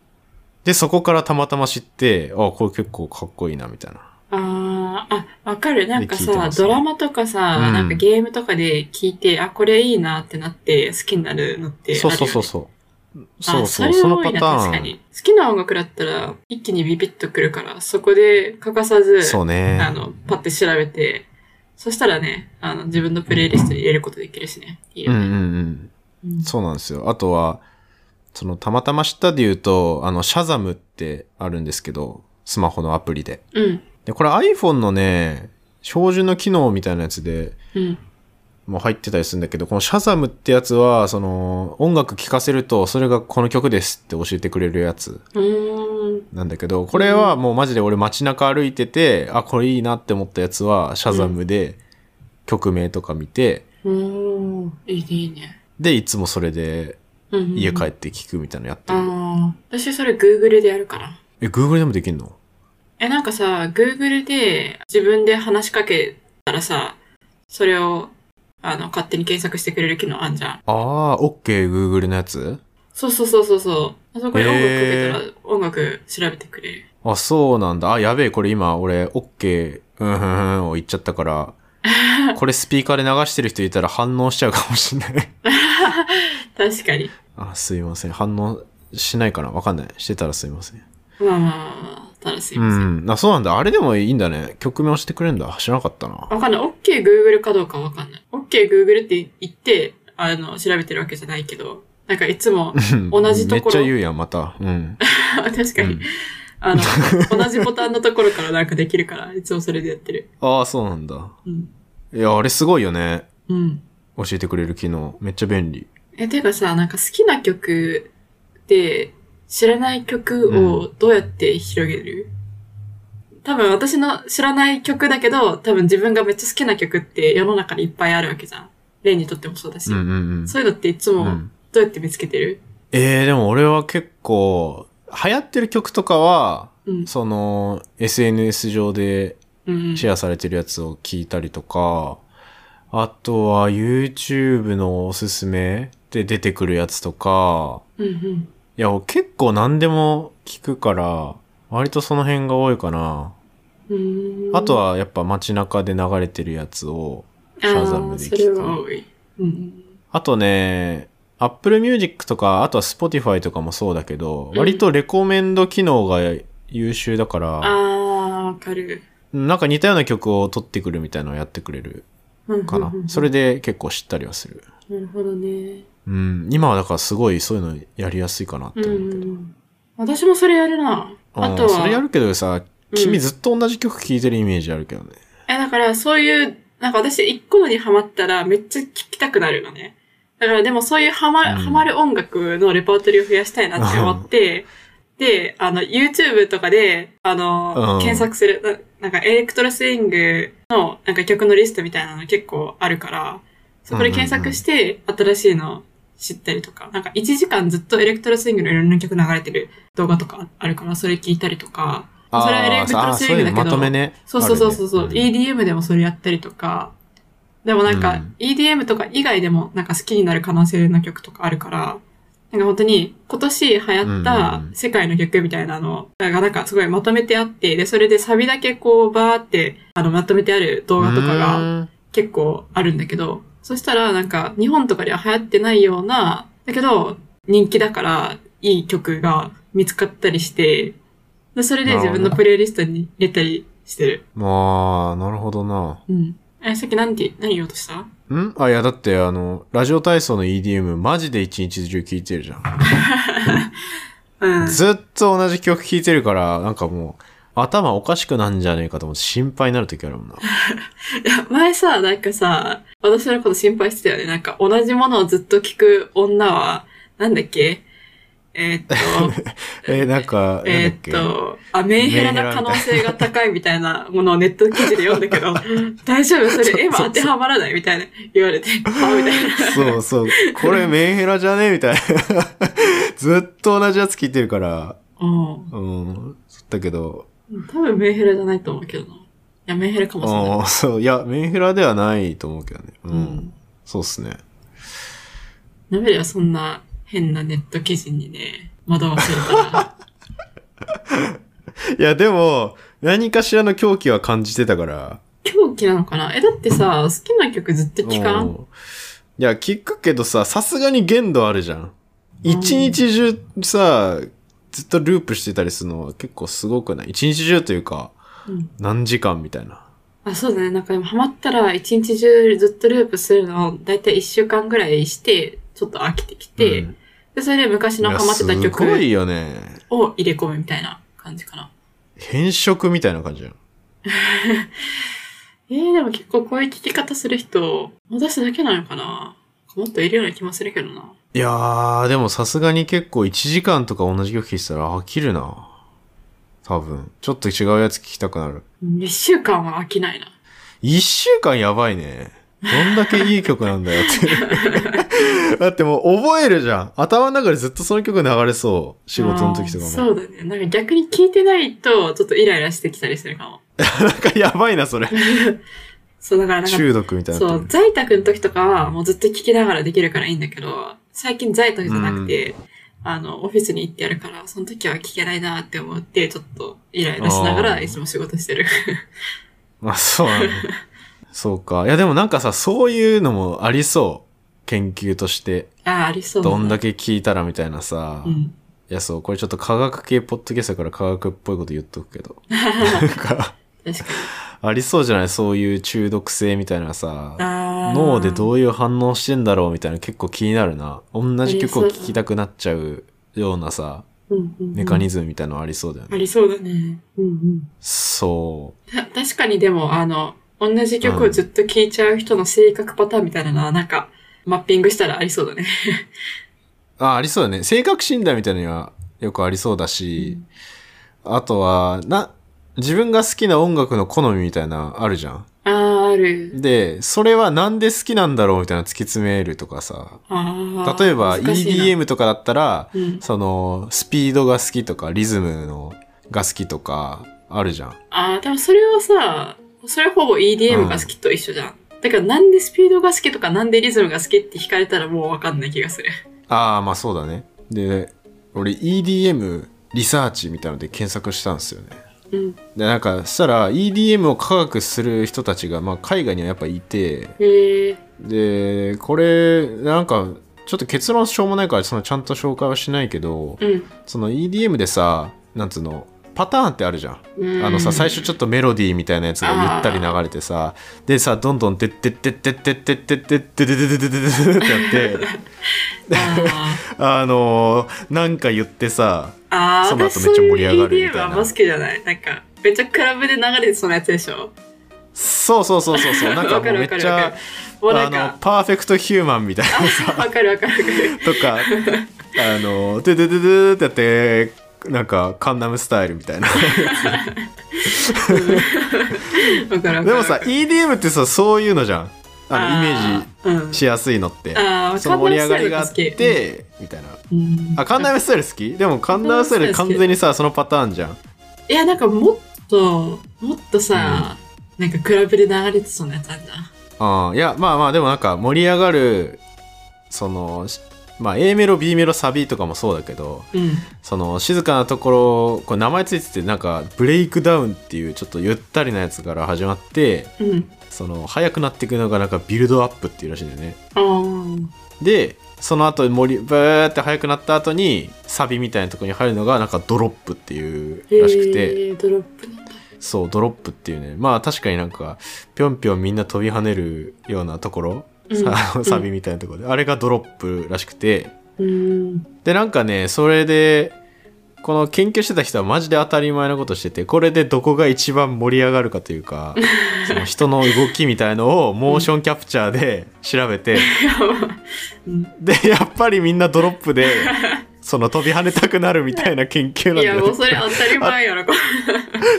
C: で、そこからたまたま知って、あ、これ結構かっこいいな、みたいな。
A: ああ、あ、わかる。なんか
C: で聞いて
A: さ
C: ま、すね
A: ドラマとかさ、
C: うん
A: なんかゲームとかで聞いて、あ、これいいなってなって好きになるのってあるよね。
C: そうそうそうそう。そう
A: あ
C: そう、
A: れ
C: その
A: 多
C: パ
A: い
C: タ
A: な確か
C: ーン。
A: に。好きな音楽だったら、一気にビビッとくるから、そこで欠かさず、
C: そう
A: あ
C: ね。
A: の、パッて調べて、そしたらね、あの、自分のプレイリストに入れることできるしね。いい
C: うん
A: よ
C: うん
A: ね。
C: うん。
A: うん
C: そうなんですよ。あとは、その、たまたま知ったで言うと、あの、シャザムってあるんですけど、スマホのアプリで。
A: うん。
C: で、これ iPhone のね、標準の機能みたいなやつで、
A: うん。
C: も入ってたりするんだけど、このシャザムってやつは、その、音楽聴かせると、それがこの曲ですって教えてくれるやつ
A: うーん。
C: なんだけど、これはもうマジで俺街中歩いてて、あ、これいいなって思ったやつは、シャザムで曲名とか見て、
A: おー、いいね、いいね。
C: で、いつもそれで
A: うんうん、
C: 家帰って聴くみたいなのやってる。
A: ああ、私それ Google でやるかな。
C: え、Google でもできんの
A: え、なんかさ、Google で自分で話しかけたらさ、それを、あの、勝手に検索してくれる機能あんじゃん。
C: あー、OK、Google のやつ
A: そうそうそうそうそう。あそこに音
C: へー
A: 楽かけたら音楽調べてくれる。
C: あ、そうなんだ。あ、やべえ、これ今、俺、OK、うんうんうんを言っちゃった から、これスピーカーで流してる人いたら反応しちゃうかもしんない。
A: 確かに。
C: あ、すいません。反応しないかなわかんない。してたらすいません。
A: まあまあまあまあ、楽しいうですよ。
C: ん。あ、そうなんだ。あれでもいいんだね。曲名教えてくれるんだ。知らなかったな。
A: わかんない。OK Google かどうかわかんない。OK Google って言って、あの、調べてるわけじゃないけど、なんかいつ も、 同じところ
C: めっちゃ言うやん、また。うん。
A: 確かに、
C: うん
A: あの、同じボタンのところからなんかできるから、いつもそれでやってる。
C: ああ、そうなんだ。
A: うん。
C: いや、あれすごいよね。
A: うん。
C: 教えてくれる機能。めっちゃ便利。
A: え、てかさ、なんか好きな曲で、知らない曲をどうやって広げる、多分私の知らない曲だけど、多分自分がめっちゃ好きな曲って世の中にいっぱいあるわけじゃん。例にとってもそうだし。
C: うんうんうん。
A: そういうのっていつも
C: うん
A: どうやって見つけてる、
C: えー、でも俺は結構、流行ってる曲とかは、
A: うん
C: その、SNS 上で
A: うん、
C: シェアされてるやつを聞いたりとか、あとは YouTube のおすすめで出てくるやつとか、
A: うんうん。
C: いや、結構何でも聞くから、割とその辺が多いかな。
A: うーん
C: あと、はやっぱ街中で流れてるやつを、
A: シ
C: ャザムで聞く
A: それは多い。うん
C: あとね、Apple Music とか、あとは Spotify とかもそうだけど、
A: うん
C: 割とレコメンド機能が優秀だから、
A: あー、わかる。
C: なんか似たような曲を取ってくるみたいなのをやってくれる
A: うん
C: かな
A: うんう。ん
C: それで結構知ったりはする。
A: なるほどね。
C: うん、今はだからすごいそういうのやりやすいかなって
A: うん
C: 思う
A: う
C: けど。
A: ん。私もそれやるな。あと
C: う
A: は、
C: んそれやるけどさ、
A: う
C: 君
A: ん
C: ずっと同じ曲聴いてるイメージあるけどね。
A: え、だからそういう、なんか私一個のにハマったらめっちゃ聴きたくなるのね。だからでもそういうハマ、
C: うん
A: ハマる音楽のレパートリーを増やしたいなって思って、で、あの、YouTube とかで、あの、
C: うん
A: 検索する、ななんかエレクトロスイングのなんか曲のリストみたいなの結構あるから、そこで検索して新しいの知ったりとか、なんか1時間ずっとエレクトロスイングのいろんな曲流れてる動画とかあるから、それ聞いたりとか、それはエレクトロ
C: あー
A: ス
C: そ
A: イ
C: う
A: ン
C: い
A: グだ
C: うの
A: けど、
C: まとめね。
A: そうそうそうそうそう、
C: あるね
A: EDM でもそれやったりとか、でもなんか、
C: うん
A: EDM とか以外でもなんか好きになる可能性の曲とかあるから、なんか本当に今年流行っ
C: う
A: た
C: んうん
A: 世界の曲みたいなのがなんかすごいまとめてあって、で、それでサビだけこうバーってあのまとめてある動画とか
C: う
A: が
C: ん
A: 結構あるんだけど、そしたらなんか日本とかでは流行ってないような、だけど人気だからいい曲が見つかったりして、でそれで自分のプレイリストに入れたりしてる。
C: まあ、なるほどな。
A: うん。え、さっき何て、何言おうとした
C: んあ、いや、だって、あの、ラジオ体操の EDM、マジで一日中聴いてるじゃん。
A: うん。
C: ずっと同じ曲聴いてるから、なんかもう、頭おかしくなんじゃねえかと思って心配になる時ある もんな。
A: いや、前さ、なんかさ、私のこと心配してたよね。なんか、同じものをずっと聞く女は、なんだっけえ ーっと、
C: えー、なんか、
A: えー
C: なんだっ
A: っ
C: け。
A: と、あ、メンヘラな可能性が高いみたいなものをネット記事で読んだけ ど、大丈夫それ今当てはまらないみたいな言われて、あ、みたいな。
C: そうそう。これメンヘラじゃねみたいな。 ずっと同じやつ聴いてるから。
A: うん。
C: うん。だけど、
A: 多分メンヘラじゃないと思うけどな。いや、メンヘラかもしれない。
C: うん、そう。いや、メンヘラではないと思うけどね。うん。
A: うん
C: そうっすね。
A: なべりはそんな変なネット記事にね、惑わされたら。
C: いや、でも、何かしらの狂気は感じてたから。
A: 狂気なのかなえ、だってさ、好きな曲ずっと聴か
C: うんんいや、聞くけどさ、さすがに限度あるじゃん。一日中さ、ずっとループしてたりするのは結構すごくない一日中というか、
A: うん
C: 何時間みたいな。
A: あ、そうだね。なんかでもハマったら一日中ずっとループするのをだいたい一週間ぐらいして、ちょっと飽きてきて、
C: うん
A: で、それで昔のハマってた
C: いやすご
A: 曲
C: いよね。
A: を入れ込むみたいな感じかな。
C: 変色みたいな感じじゃん。
A: えー、でも結構こういう聞き方する人、私だけなのかなもっといるような気もするけどな。
C: いやー、でもさすがに結構1時間とか同じ曲聴いてたら飽きるな。多分。ちょっと違うやつ聴きたくなる。
A: うん一週間は飽きないな。
C: 1週間やばいね。どんだけいい曲なんだよっ て。だってもう覚えるじゃん。頭の中でずっとその曲流れそう。仕事の時とか
A: あー
C: も。
A: そうだね。なんか逆に聞いてないと、ちょっとイライラしてきたりするかも。
C: なんかやばいな、それ。
A: そう、だからなんか、
C: 中毒みたいにな
A: そ
C: って
A: う、
C: る。
A: 在宅の時とかはもうずっと聞きながらできるからいいんだけど、最近在宅じゃなくて、あの、オフィスに行ってやるから、その時は聞けないなって思って、ちょっとイライラしなが
C: あ
A: ら
C: ー
A: いつも仕事してる。
C: まあそうなんだ。そうか。いやでもなんかさ、そういうのもありそう。研究として。
A: ああ、ありそうだな
C: どんだけ聴いたらみたいなさ。
A: うん。
C: いや、そう、これちょっと科学系ポッドキャストだから科学っぽいこと言っとくけど。 なん
A: 確
C: か、
A: かに。
C: ありそうじゃないそういう中毒性みたいなさ。
A: ああ。
C: 脳でどういう反応してんだろうみたいな結構気になるな。同じ曲を聴きたくなっちゃうようなさ、
A: うんうんうん
C: メカニズムみたいなのありそうだよね。
A: ありそうだね。うんうん。
C: そ
A: た確かにでも、あの、同じ曲をずっと聴いちゃう人の性格パターンみたいなのは、なんか、マッピングしたらありそうだね。
C: う。あ、ありそうだね。性格診断みたいなのはよくありそうだし、あとは、な、自分が好きな音楽の好みみたいなあるじゃん。
A: ああ、ある。
C: で、それはなんで好きなんだろうみたいな突き詰めるとかさ。
A: ああ。
C: 例えば
A: 難しいな。
C: EDM とかだったら、
A: うん
C: そのスピードが好きとかリズムのが好きとかあるじゃん。
A: ああ、でもそれはさ、それほぼ
C: う
A: EDM
C: ん
A: が好きと一緒じゃん。だからなんでスピードが好きとかなんでリズムが好きって聞かれたらもうわかんない気がする。
C: ああまあそうだね。で俺 EDM リサーチみたいので検索したんですよね。
A: うん。
C: でなんかそしたら EDM を科学する人たちが、まあ、海外にはやっぱいて
A: へえ。
C: でこれなんかちょっと結論しょうもないからそのちゃんと紹介はしないけど、
A: うん。
C: その EDM でさなんつうのパターンってあるじゃん。
A: うん
C: あのさ最初ちょっとメロディーみたいなやつがゆったり流れてさでさどんどん「てってってってってってってってってってってってってってやって
A: あ
C: あのなんか言ってさ
A: ーあー、
C: その後
A: 私
C: めっちゃ盛り上がるみたいな
A: そうう EDM あんま好きじゃない。なんか、めっちゃクラブで流れてそうなやつでしょ。
C: そうそうそうそうそうなんかもうめっちゃ
A: もうな
C: あ
A: ん
C: の
A: か、
C: パーフェクトヒューマンみたいな
A: わかるわかるわかる。
C: とかあの「ててててて」ってやってなんかカンナムスタイルみたいな
A: わかるわかる。
C: でもさ EDM ってさそういうのじゃんあのイメージ
A: ージ
C: しやすいのって
A: あー
C: その盛り上がりがあってみたいな。
A: うん、
C: あ、カンナムスタイル好きでもカンナムスタイル完全にさ、そのパターンじゃん。
A: いや、なんかもっと、もっとさ、なんかクラブで流れてそうなやつあるじゃん。
C: うん。いや、まあまあ、でもなんか盛り上がる、その、しまあ A メロ、B メロ、サビとかもそうだけど、
A: うん。
C: その静かなところ、これ名前ついてて、なんかブレイクダウンっていうちょっとゆったりなやつから始まって、
A: うん。
C: その、速くなっていくのがなんかビルドアップっていうらしいんだよね。
A: あー
C: で、その後盛り、ブーって速くなった後に、サビみたいなところに入るのがなんかドロップっていうらしくて、
A: へードロップなんだ。
C: そう、ドロップっていうね。まあ確かになんか、ぴょんぴょんみんな飛び跳ねるようなところ、
A: うん
C: あ
A: う
C: の
A: ん
C: サビみたいなところで、あれがドロップらしくて。
A: うん。
C: で、なんかね、それで、この研究してた人はマジで当たり前のことしてて、これでどこが一番盛り上がるかとい うか、その人の動きみたいのをモーションキャプチャーで調べて、で、やっぱりみんなドロップで、 その飛び跳ねたくなるみたいな研究なん
A: い
C: だよ
A: や、
C: ね
A: もうそれ当たり前やろ、これ。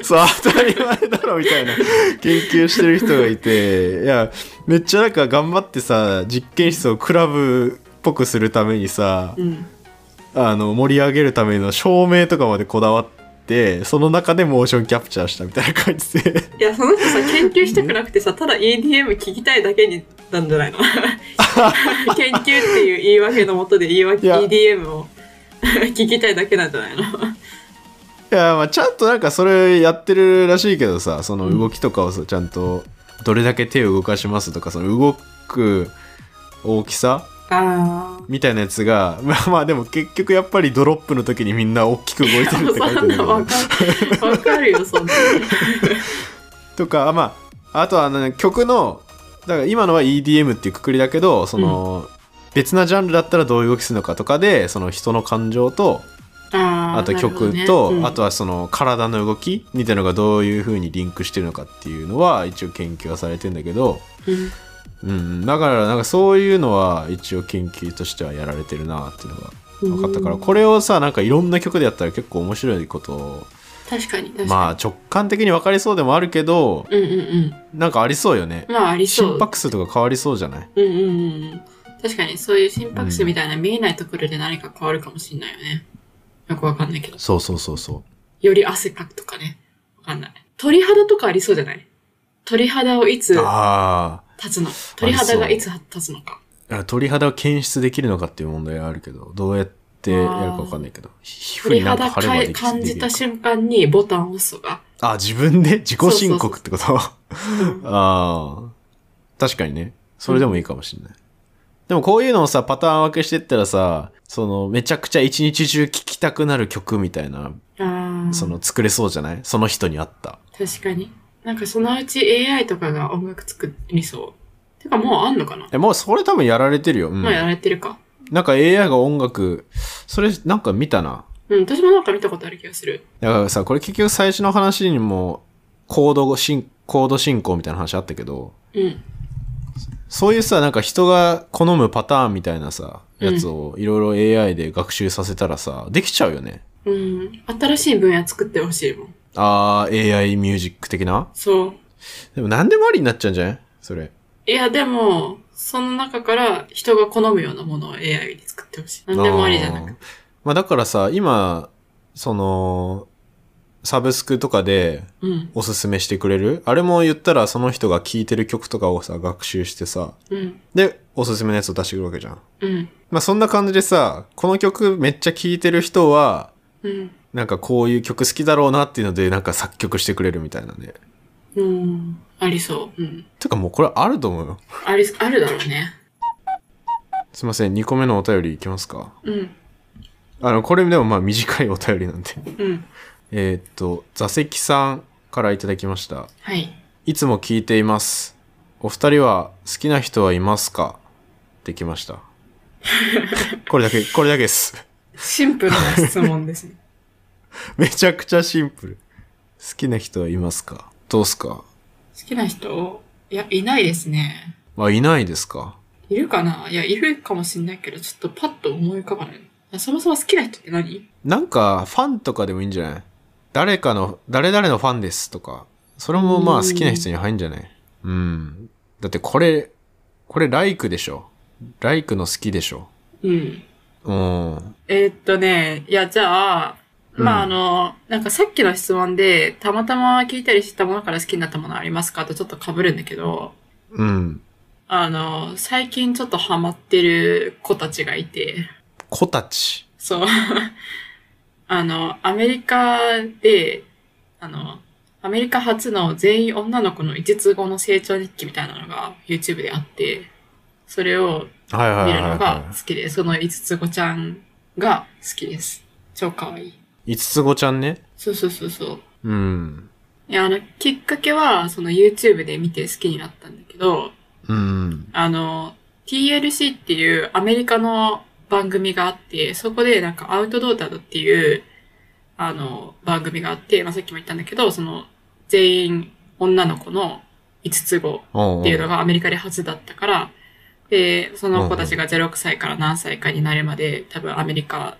C: そう、当たり前だろみたいな研究してる人がいて、いや、めっちゃなんか頑張ってさ、実験室をクラブっぽくするためにさ、
A: うん。
C: あの、盛り上げるための照明とかまでこだわって、その中でモーションキャプチャーしたみたいな感じで。
A: いや、その人さ、研究したくなくてさ、ただ EDM 聞きたいだけになんじゃ ないの研究っていう言い訳のもとで言い
C: い
A: 訳、
C: や
A: EDM を 聞きたいだけなんじゃないの
C: いや、まあちゃんとなんかそれやってるらしいけどさ、その動きとかをさ、ちゃんと、どれだけ手を動かしますとか、その動く大きさ
A: ああ。
C: みたいなやつが、 まあまあでも結局やっぱりドロップの時にみんな大きく動いてるって書い て
A: そ
C: る
A: ん
C: け
A: なわ
C: ど
A: かる。わかるよ、そんな。
C: とか、まあ、あとはあの、ね、曲の、だから今のは EDM っていうくくりだけど、その、別なジャンルだったらどういう動きするのかとかで、その人の感情と、
A: あー
C: あと
A: なるほど
C: 曲
A: ね
C: と、
A: うん
C: あとはその体の動きみたいなのがどういう風にリンクしてるのかっていうのは一応研究はされてんだけど、
A: うん
C: うん、だからなんかそういうのは一応研究としてはやられてるなっていうのが分かったから、
A: うん
C: これをさなんかいろんな曲でやったら結構面白いことを
A: 確かに確かに、
C: まあ直感的に分かりそうでもあるけど
A: うんうんうん
C: なんかありそうよね
A: まあありそう
C: 心拍数とか変わりそうじゃない
A: うんうんうんうん確かにそういう心拍数みたいな見えないところで何か変わるかもしれないよねよくわかんないけど
C: そうそうそうそう
A: より汗かくとかねわかんない鳥肌とかありそうじゃない鳥肌をいつ
C: あ
A: 立つの鳥肌がいつ立つのか
C: あ鳥肌を検出できるのかっていう問題はあるけどどうやってやるか分かんないけどひ皮膚
A: 鳥
C: になんか
A: 肌
C: 腫れば
A: か
C: で
A: い
C: き
A: 感じ
C: で
A: た
C: きる
A: 瞬間にボタンを押すとか
C: あ自分で自己申告ってことあ
A: うん
C: あ確かにねそれでもいいかもしれない、でもこういうのをさパターン分けしてったらさそのめちゃくちゃ一日中聴きたくなる曲みたいな
A: あー
C: その作れそうじゃないその人に合った
A: 確かになんかそのうち AI とかが音楽作りそうてかもうあんのかな、
C: えもうそれ多分やられてるよ、うん、
A: もうやられてるか
C: なんか AI が音楽それなんか見たな
A: うん私もなんか見たことある気がする
C: だからさ、これ結局最初の話にも、コード進、コード進行みたいな話あったけど、
A: うん
C: そういうさ、なんか人が好むパターンみたいなさ、やつをいろいろ AI で学習させたらさ、できちゃうよね。
A: うん新しい分野作ってほしいもん
C: あー、AI ミュージック的な
A: そう
C: でも何でもありになっちゃうんじゃないそれ。
A: いやでもその中から人が好むようなものを AI に作ってほしい何でもありじゃな
C: あ
A: く
C: ーまあだからさ、今、その、サブスクとかで
A: うん
C: おすすめしてくれるあれも言ったらその人が聴いてる曲とかをさ、学習してさ、
A: うん
C: で、おすすめのやつを出してくるわけじゃん。
A: うん
C: まあそんな感じでさ、この曲めっちゃ聴いてる人は、
A: うん
C: なんかこういう曲好きだろうなっていうので、なんか作曲してくれるみたいなね。
A: うんありそううん
C: てかもうこれあると思うよ。
A: ありあるだろうね
C: すいません、2個目のお便りいきますか。
A: うん
C: あの、これでもまあ短いお便りなんで。
A: うん
C: えーっと、座席さんからいただきました。
A: はい
C: いつも聴いています。お二人は好きな人はいますかできました。これだけ、これだけです。
A: シンプルな質問ですね
C: めちゃくちゃシンプル。好きな人はいますかどうすか
A: 好きな人いやいないですね
C: あ、いないですか。
A: いるかないやいるかもしんないけどちょっとパッと思い浮かばないあそもそも好きな人って何
C: なんか、ファンとかでもいいんじゃない誰かの、誰々のファンですとか。それもまあ
A: うん
C: 好きな人に入んじゃないうん。だってこれ、これライクでしょ。ライクの好きでしょ。
A: うん
C: うん。
A: えーっとね、いや、じゃあ、まあ、あ
C: うん
A: の、なんかさっきの質問で、たまたま聞いたりしたものから好きになったものありますかとちょっと被るんだけど、
C: うん。
A: あの、最近ちょっとハマってる子たちがいて、
C: 子たち。
A: そう。 あの、アメリカで、あの、アメリカ初の全員女の子の5つ子の成長日記みたいなのが YouTube であって、それを
C: はいはい
A: 見
C: はい
A: るの
C: は
A: が好きです。その5つ子ちゃんが好きです。超可愛い。
C: い。五つ子ちゃんね。
A: そうそうそうそう。
C: うん。
A: いや、あの、きっかけは、その YouTube で見て好きになったんだけど、
C: うん。
A: あの、TLC っていうアメリカの番組があって、そこでなんかアウトドータードっていう、あの、番組があって、まあ、さっきも言ったんだけど、その、全員女の子の5つ子
C: おうお
A: っ
C: う
A: ていうのがアメリカで初だったから、で、その子たちが06歳から何歳かになるまで、多分アメリカ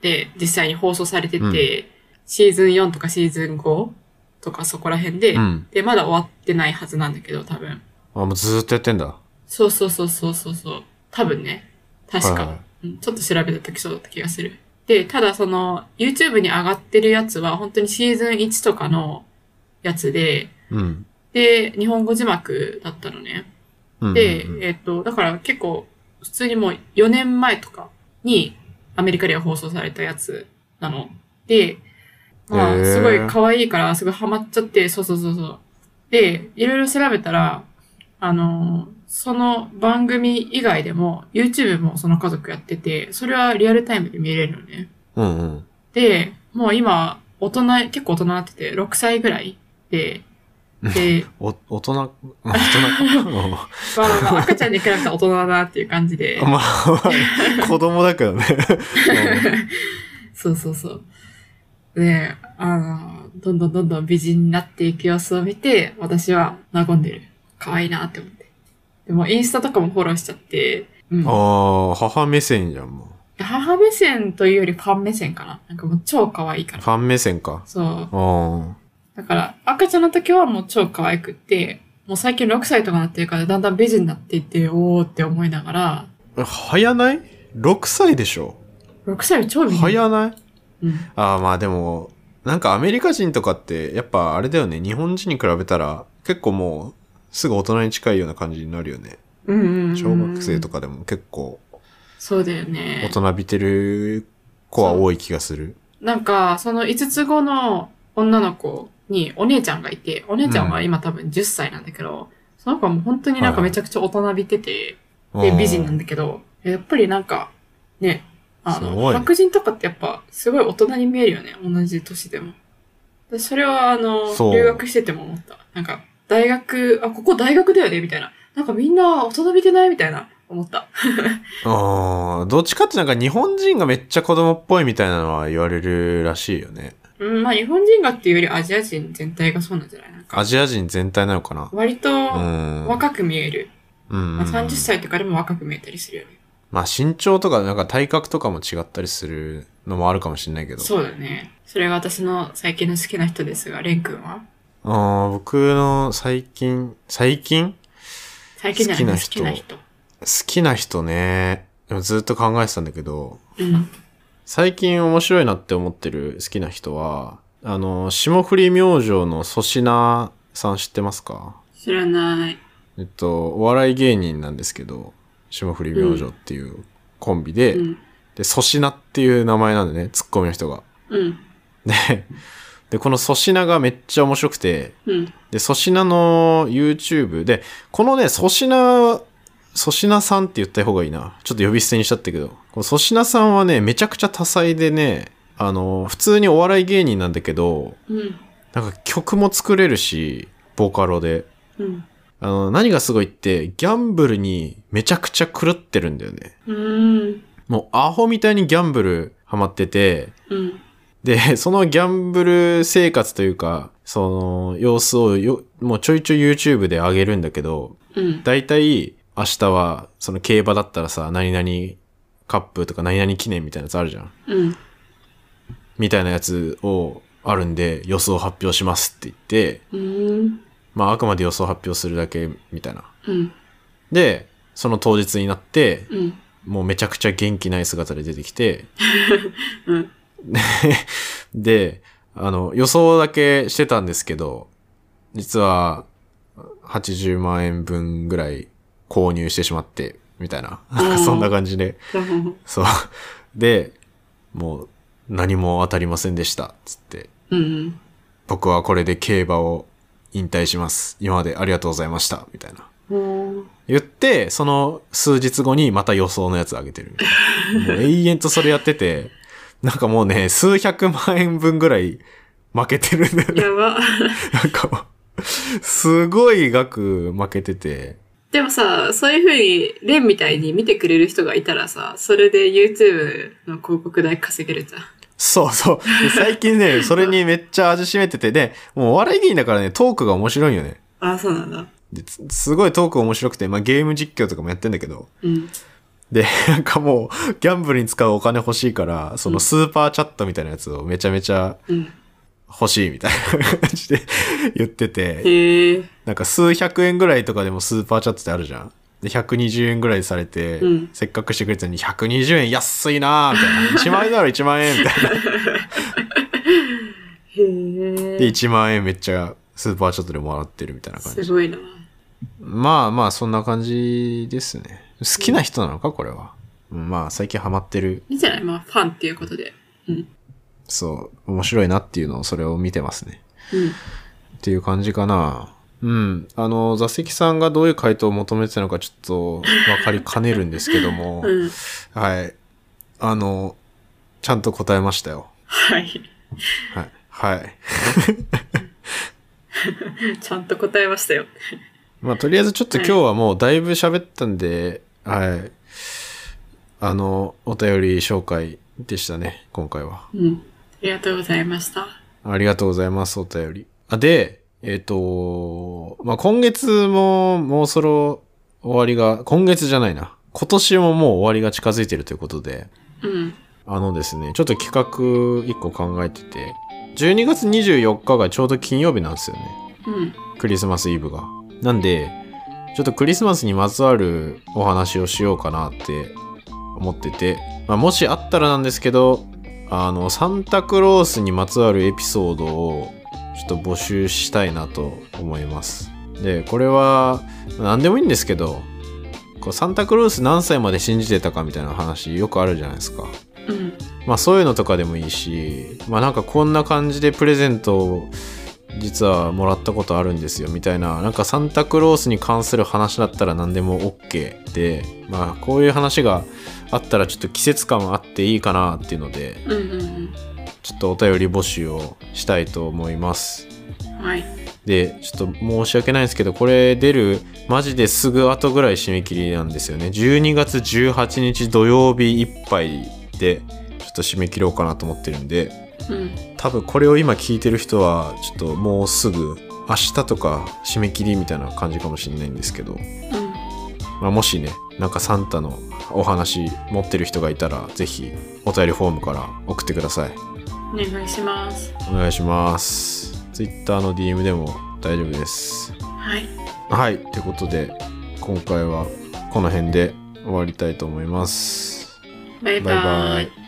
A: で実際に放送されてて、
C: うん
A: シーズン4とかシーズン5とかそこら辺で、
C: うん。
A: で、まだ終わってないはずなんだけど、多分。
C: あ、もうずーっとやってんだ。
A: そうそうそうそうそうそう。多分ね。確
C: はい
A: か、
C: はい
A: うんちょっと調べた時そうだった気がする。で、ただその、YouTube に上がってるやつは、本当にシーズン1とかのやつで、
C: うん。
A: で、日本語字幕だったのね。
C: うん
A: で、
C: うん
A: えっと、だから結構、普通にもう4年前とかにアメリカでは放送されたやつなの。で、ま
C: へ
A: あ、
C: ー
A: すごい可愛いから、すごいハマっちゃって、そうそうそうそう。で、いろいろ調べたら、あのーその番組以外でも、YouTube もその家族やってて、それはリアルタイムで見れるのね。
C: うんうん。
A: で、もう今、大人、結構大人になってて、6歳ぐらいで、 で、
C: お、大人、大人か。うん
A: まあまあまあ赤ちゃんに比べたら大 人だなっていう感じで。
C: まあ、子供だけどね。
A: そうそうそう。で、あの、どんどんどんどん美人になっていく様子を見て、私は和んでる。可愛いなって思って。でも、インスタとかもフォローしちゃって、うん。
C: ああ、母目線じゃん、も
A: 母目線というよりファン目線かな。なんかもう超可愛いか
C: う。
A: ら。
C: ファン目線か。
A: そう。
C: あ
A: だから、赤ちゃんの時はもう超可愛くって、もう最近6歳とかなってるから、だんだん美人になっていって、おーって思いながら、
C: あ。早ない ?6 歳でしょ
A: 6歳は超美人。
C: 早ない
A: うん。
C: ああ、まあでも、なんかアメリカ人とかって、やっぱあれだよね、日本人に比べたら、結構もう、すぐ大人に近いような感じになるよね。
A: うんうんうん。
C: 小学生と
A: か。
C: かでも結構、
A: そうだよ
C: 大
A: ね。
C: 人びてる子は多い気がする。
A: なんか、その5つ後の女の子にお姉ちゃんがいて、お姉ちゃんは今多分10歳なんだけど、その子はもう本当になんかめちゃくちゃ大人びてて、で、
C: うん
A: 美人なんだけど、やっぱりなんか、ね、あ
C: す
A: の、
C: ごいね
A: 白人とかってやっぱすごい大人に見えるよね、同じ年でも。でそれはあの、
C: そう
A: 留学してても思った。なんか、大学、あ、ここ大学だよね、みたいな。なんかみんな大人びてないみたいな、思った。
C: ああ、どっちかってなんか日本人がめっちゃ子供っぽいみたいなのは言われるらしいよね。
A: うん、まあ日本人がっていうよりアジア人全体がそうなんじゃないなんか、
C: アジア人全体なのかな。
A: 割と
C: うん。
A: 若く見える。
C: うん
A: まあ、30歳とかでも若く見えたりするよね。
C: まあ身長とかなんか体格とかも違ったりするのもあるかもしれないけど。
A: そうだね。それが私の最近の好きな人ですが、レン君は
C: ああ、僕の最近、最近
A: 最近じゃない好
C: 好
A: き
C: き
A: な
C: な
A: 人。
C: 好きな人ね。でもずっと考えてたんだけど、
A: うん。
C: 最近面白いなって思ってる好きな人は、あの、霜降り明星の粗品さん知ってますか
A: 知らない。
C: えっと、お笑い芸人なんですけど、霜降り明星っていうコンビで、
A: うん。
C: で、粗品っていう名前なんでね、ツッコミの人が。
A: うん。
C: で、で、この粗品がめっちゃ面白くて、
A: うん。
C: で、粗品の YouTube で、このね、粗品、粗品さんって言った方がいいな。ちょっと呼び捨てにしちゃったけど、この粗品さんはね、めちゃくちゃ多彩でね、あの、普通にお笑い芸人なんだけど、
A: うん。
C: なんか曲も作れるし、ボカロで。
A: うん。
C: あの、何がすごいって、ギャンブルにめちゃくちゃ狂ってるんだよね。
A: うん。
C: もうアホみたいにギャンブルハマってて、
A: うん。
C: で、 そのギャンブル生活というか、その様子をよ、もうちょいちょい YouTube で上げるんだけど、
A: うん。
C: だいたい明日は、その競馬だったらさ、何々カップとか何々記念みたいなやつあるじゃん。
A: うん。
C: みたいなやつをあるんで、予想発表しますって言って、
A: うん。
C: まああくまで予想発表するだけみたいな。
A: うん。
C: で、その当日になって、
A: うん。
C: もうめちゃくちゃ元気ない姿で出てきて、
A: うん。
C: で、あの、予想だけしてたんですけど、実は、80万円分ぐらい購入してしまって、みたいな。なんかそんな感じで。そう。で、もう、何も当たりませんでした。つって。
A: うん。
C: 僕はこれで競馬を引退します。今までありがとうございました。みたいな。
A: うん。
C: 言って、その数日後にまた予想のやつ上げてるみたいな。もう永遠とそれやってて、なんかもうね、数百万円分ぐらい負けてる んだよね。
A: やば。
C: なんかもう、すごい額負けてて、
A: でもさ、そういうふうに、レンみたいに見てくれる人がいたらさ、それで YouTube の広告代稼げるじゃん。
C: そうそう。で最近ね、それにめっちゃ味しめてて、で、もうお笑い芸人だからね、トークが面白いよね。
A: ああ、そうなんだ。
C: ですすごいトーク面白くて、まあゲーム実況とかもやってんだけど、
A: うん。
C: で、 なんかもう、ギャンブルに使うお金欲しいから、そのスーパーチャットみたいなやつをめちゃめちゃ
A: うん。
C: 欲しいみたいな感じで 言ってて、
A: へえ。
C: なんか数百円ぐらいとかでもスーパーチャットってあるじゃん。で、120円ぐらいされて、
A: うん
C: せっかくしてくれたのに120円安いなーみたいな。1万円なら1万円み たいな。
A: へえ。
C: で、1万円めっちゃスーパーチャットでもらってるみたいな感
A: す
C: じ。
A: ごいな。
C: まあまあ、そんな感じですね。好きな人なのか、これは。うんまあ、最近ハマってる。
A: いいんじゃないまあ、ファンっていうことで。うん。
C: そう、面白いなっていうのを、それを見てますね。
A: うん。
C: っていう感じかな。うん。あの、座席さんがどういう回答を求めてたのかちょっと分かりかねるんですけど も、
A: うん。
C: はい。あの、ちゃんと答えましたよ。
A: はい。
C: はい。はい。
A: ちゃんと答えましたよ。
C: まあ、とりあえずちょっと今日はもうだいぶ喋ったんで、はい。あの、お便り紹介でしたね、今回は。
A: うん。ありがとうございました。
C: ありがとうございます、お便り。あで、えっ、と、まあ、今月ももうそろ終わりが、今月じゃないな。今年ももう終わりが近づいてるということで、
A: うん。
C: あのですね、ちょっと企画一個考えてて、12月24日がちょうど金曜日なんですよね。
A: うん。
C: クリスマスイブが。なんで、ちょっとクリスマスにまつわるお話をしようかなって思ってて、まあ、もしあったらなんですけど、あの、サンタクロースにまつわるエピソードをちょっと募集したいなと思います。で、これは何でもいいんですけど、こうサンタクロース何歳まで信じてたかみたいな話よくあるじゃないですか。
A: うん。
C: まあそういうのとかでもいいし、まあなんかこんな感じでプレゼントを実はもらったことあるんですよみたいな、なんかサンタクロースに関する話だったら何でも OK で、まあこういう話があったらちょっと季節感あっていいかなっていうので、
A: うん。うん。
C: ちょっとお便り募集をしたいと思います。
A: うん。はい。
C: で、ちょっと申し訳ないんですけど、これ出るマジですぐ後ぐらい締め切りなんですよね。12月18日土曜日いっぱいで、ちょっと締め切ろうかなと思ってるんで、
A: うん。
C: 多分これを今聞いてる人はちょっともうすぐ明日とか締め切りみたいな感じかもしれないんですけど、
A: うん。
C: まあ、もしねなんかサンタのお話持ってる人がいたらぜひお便りフォームから送ってください
A: お願いします。
C: お願いします Twitter の DM でも大丈夫です
A: はい。
C: はいということで今回はこの辺で終わりたいと思います
A: バイバ
C: バイバ
A: イ
C: イ。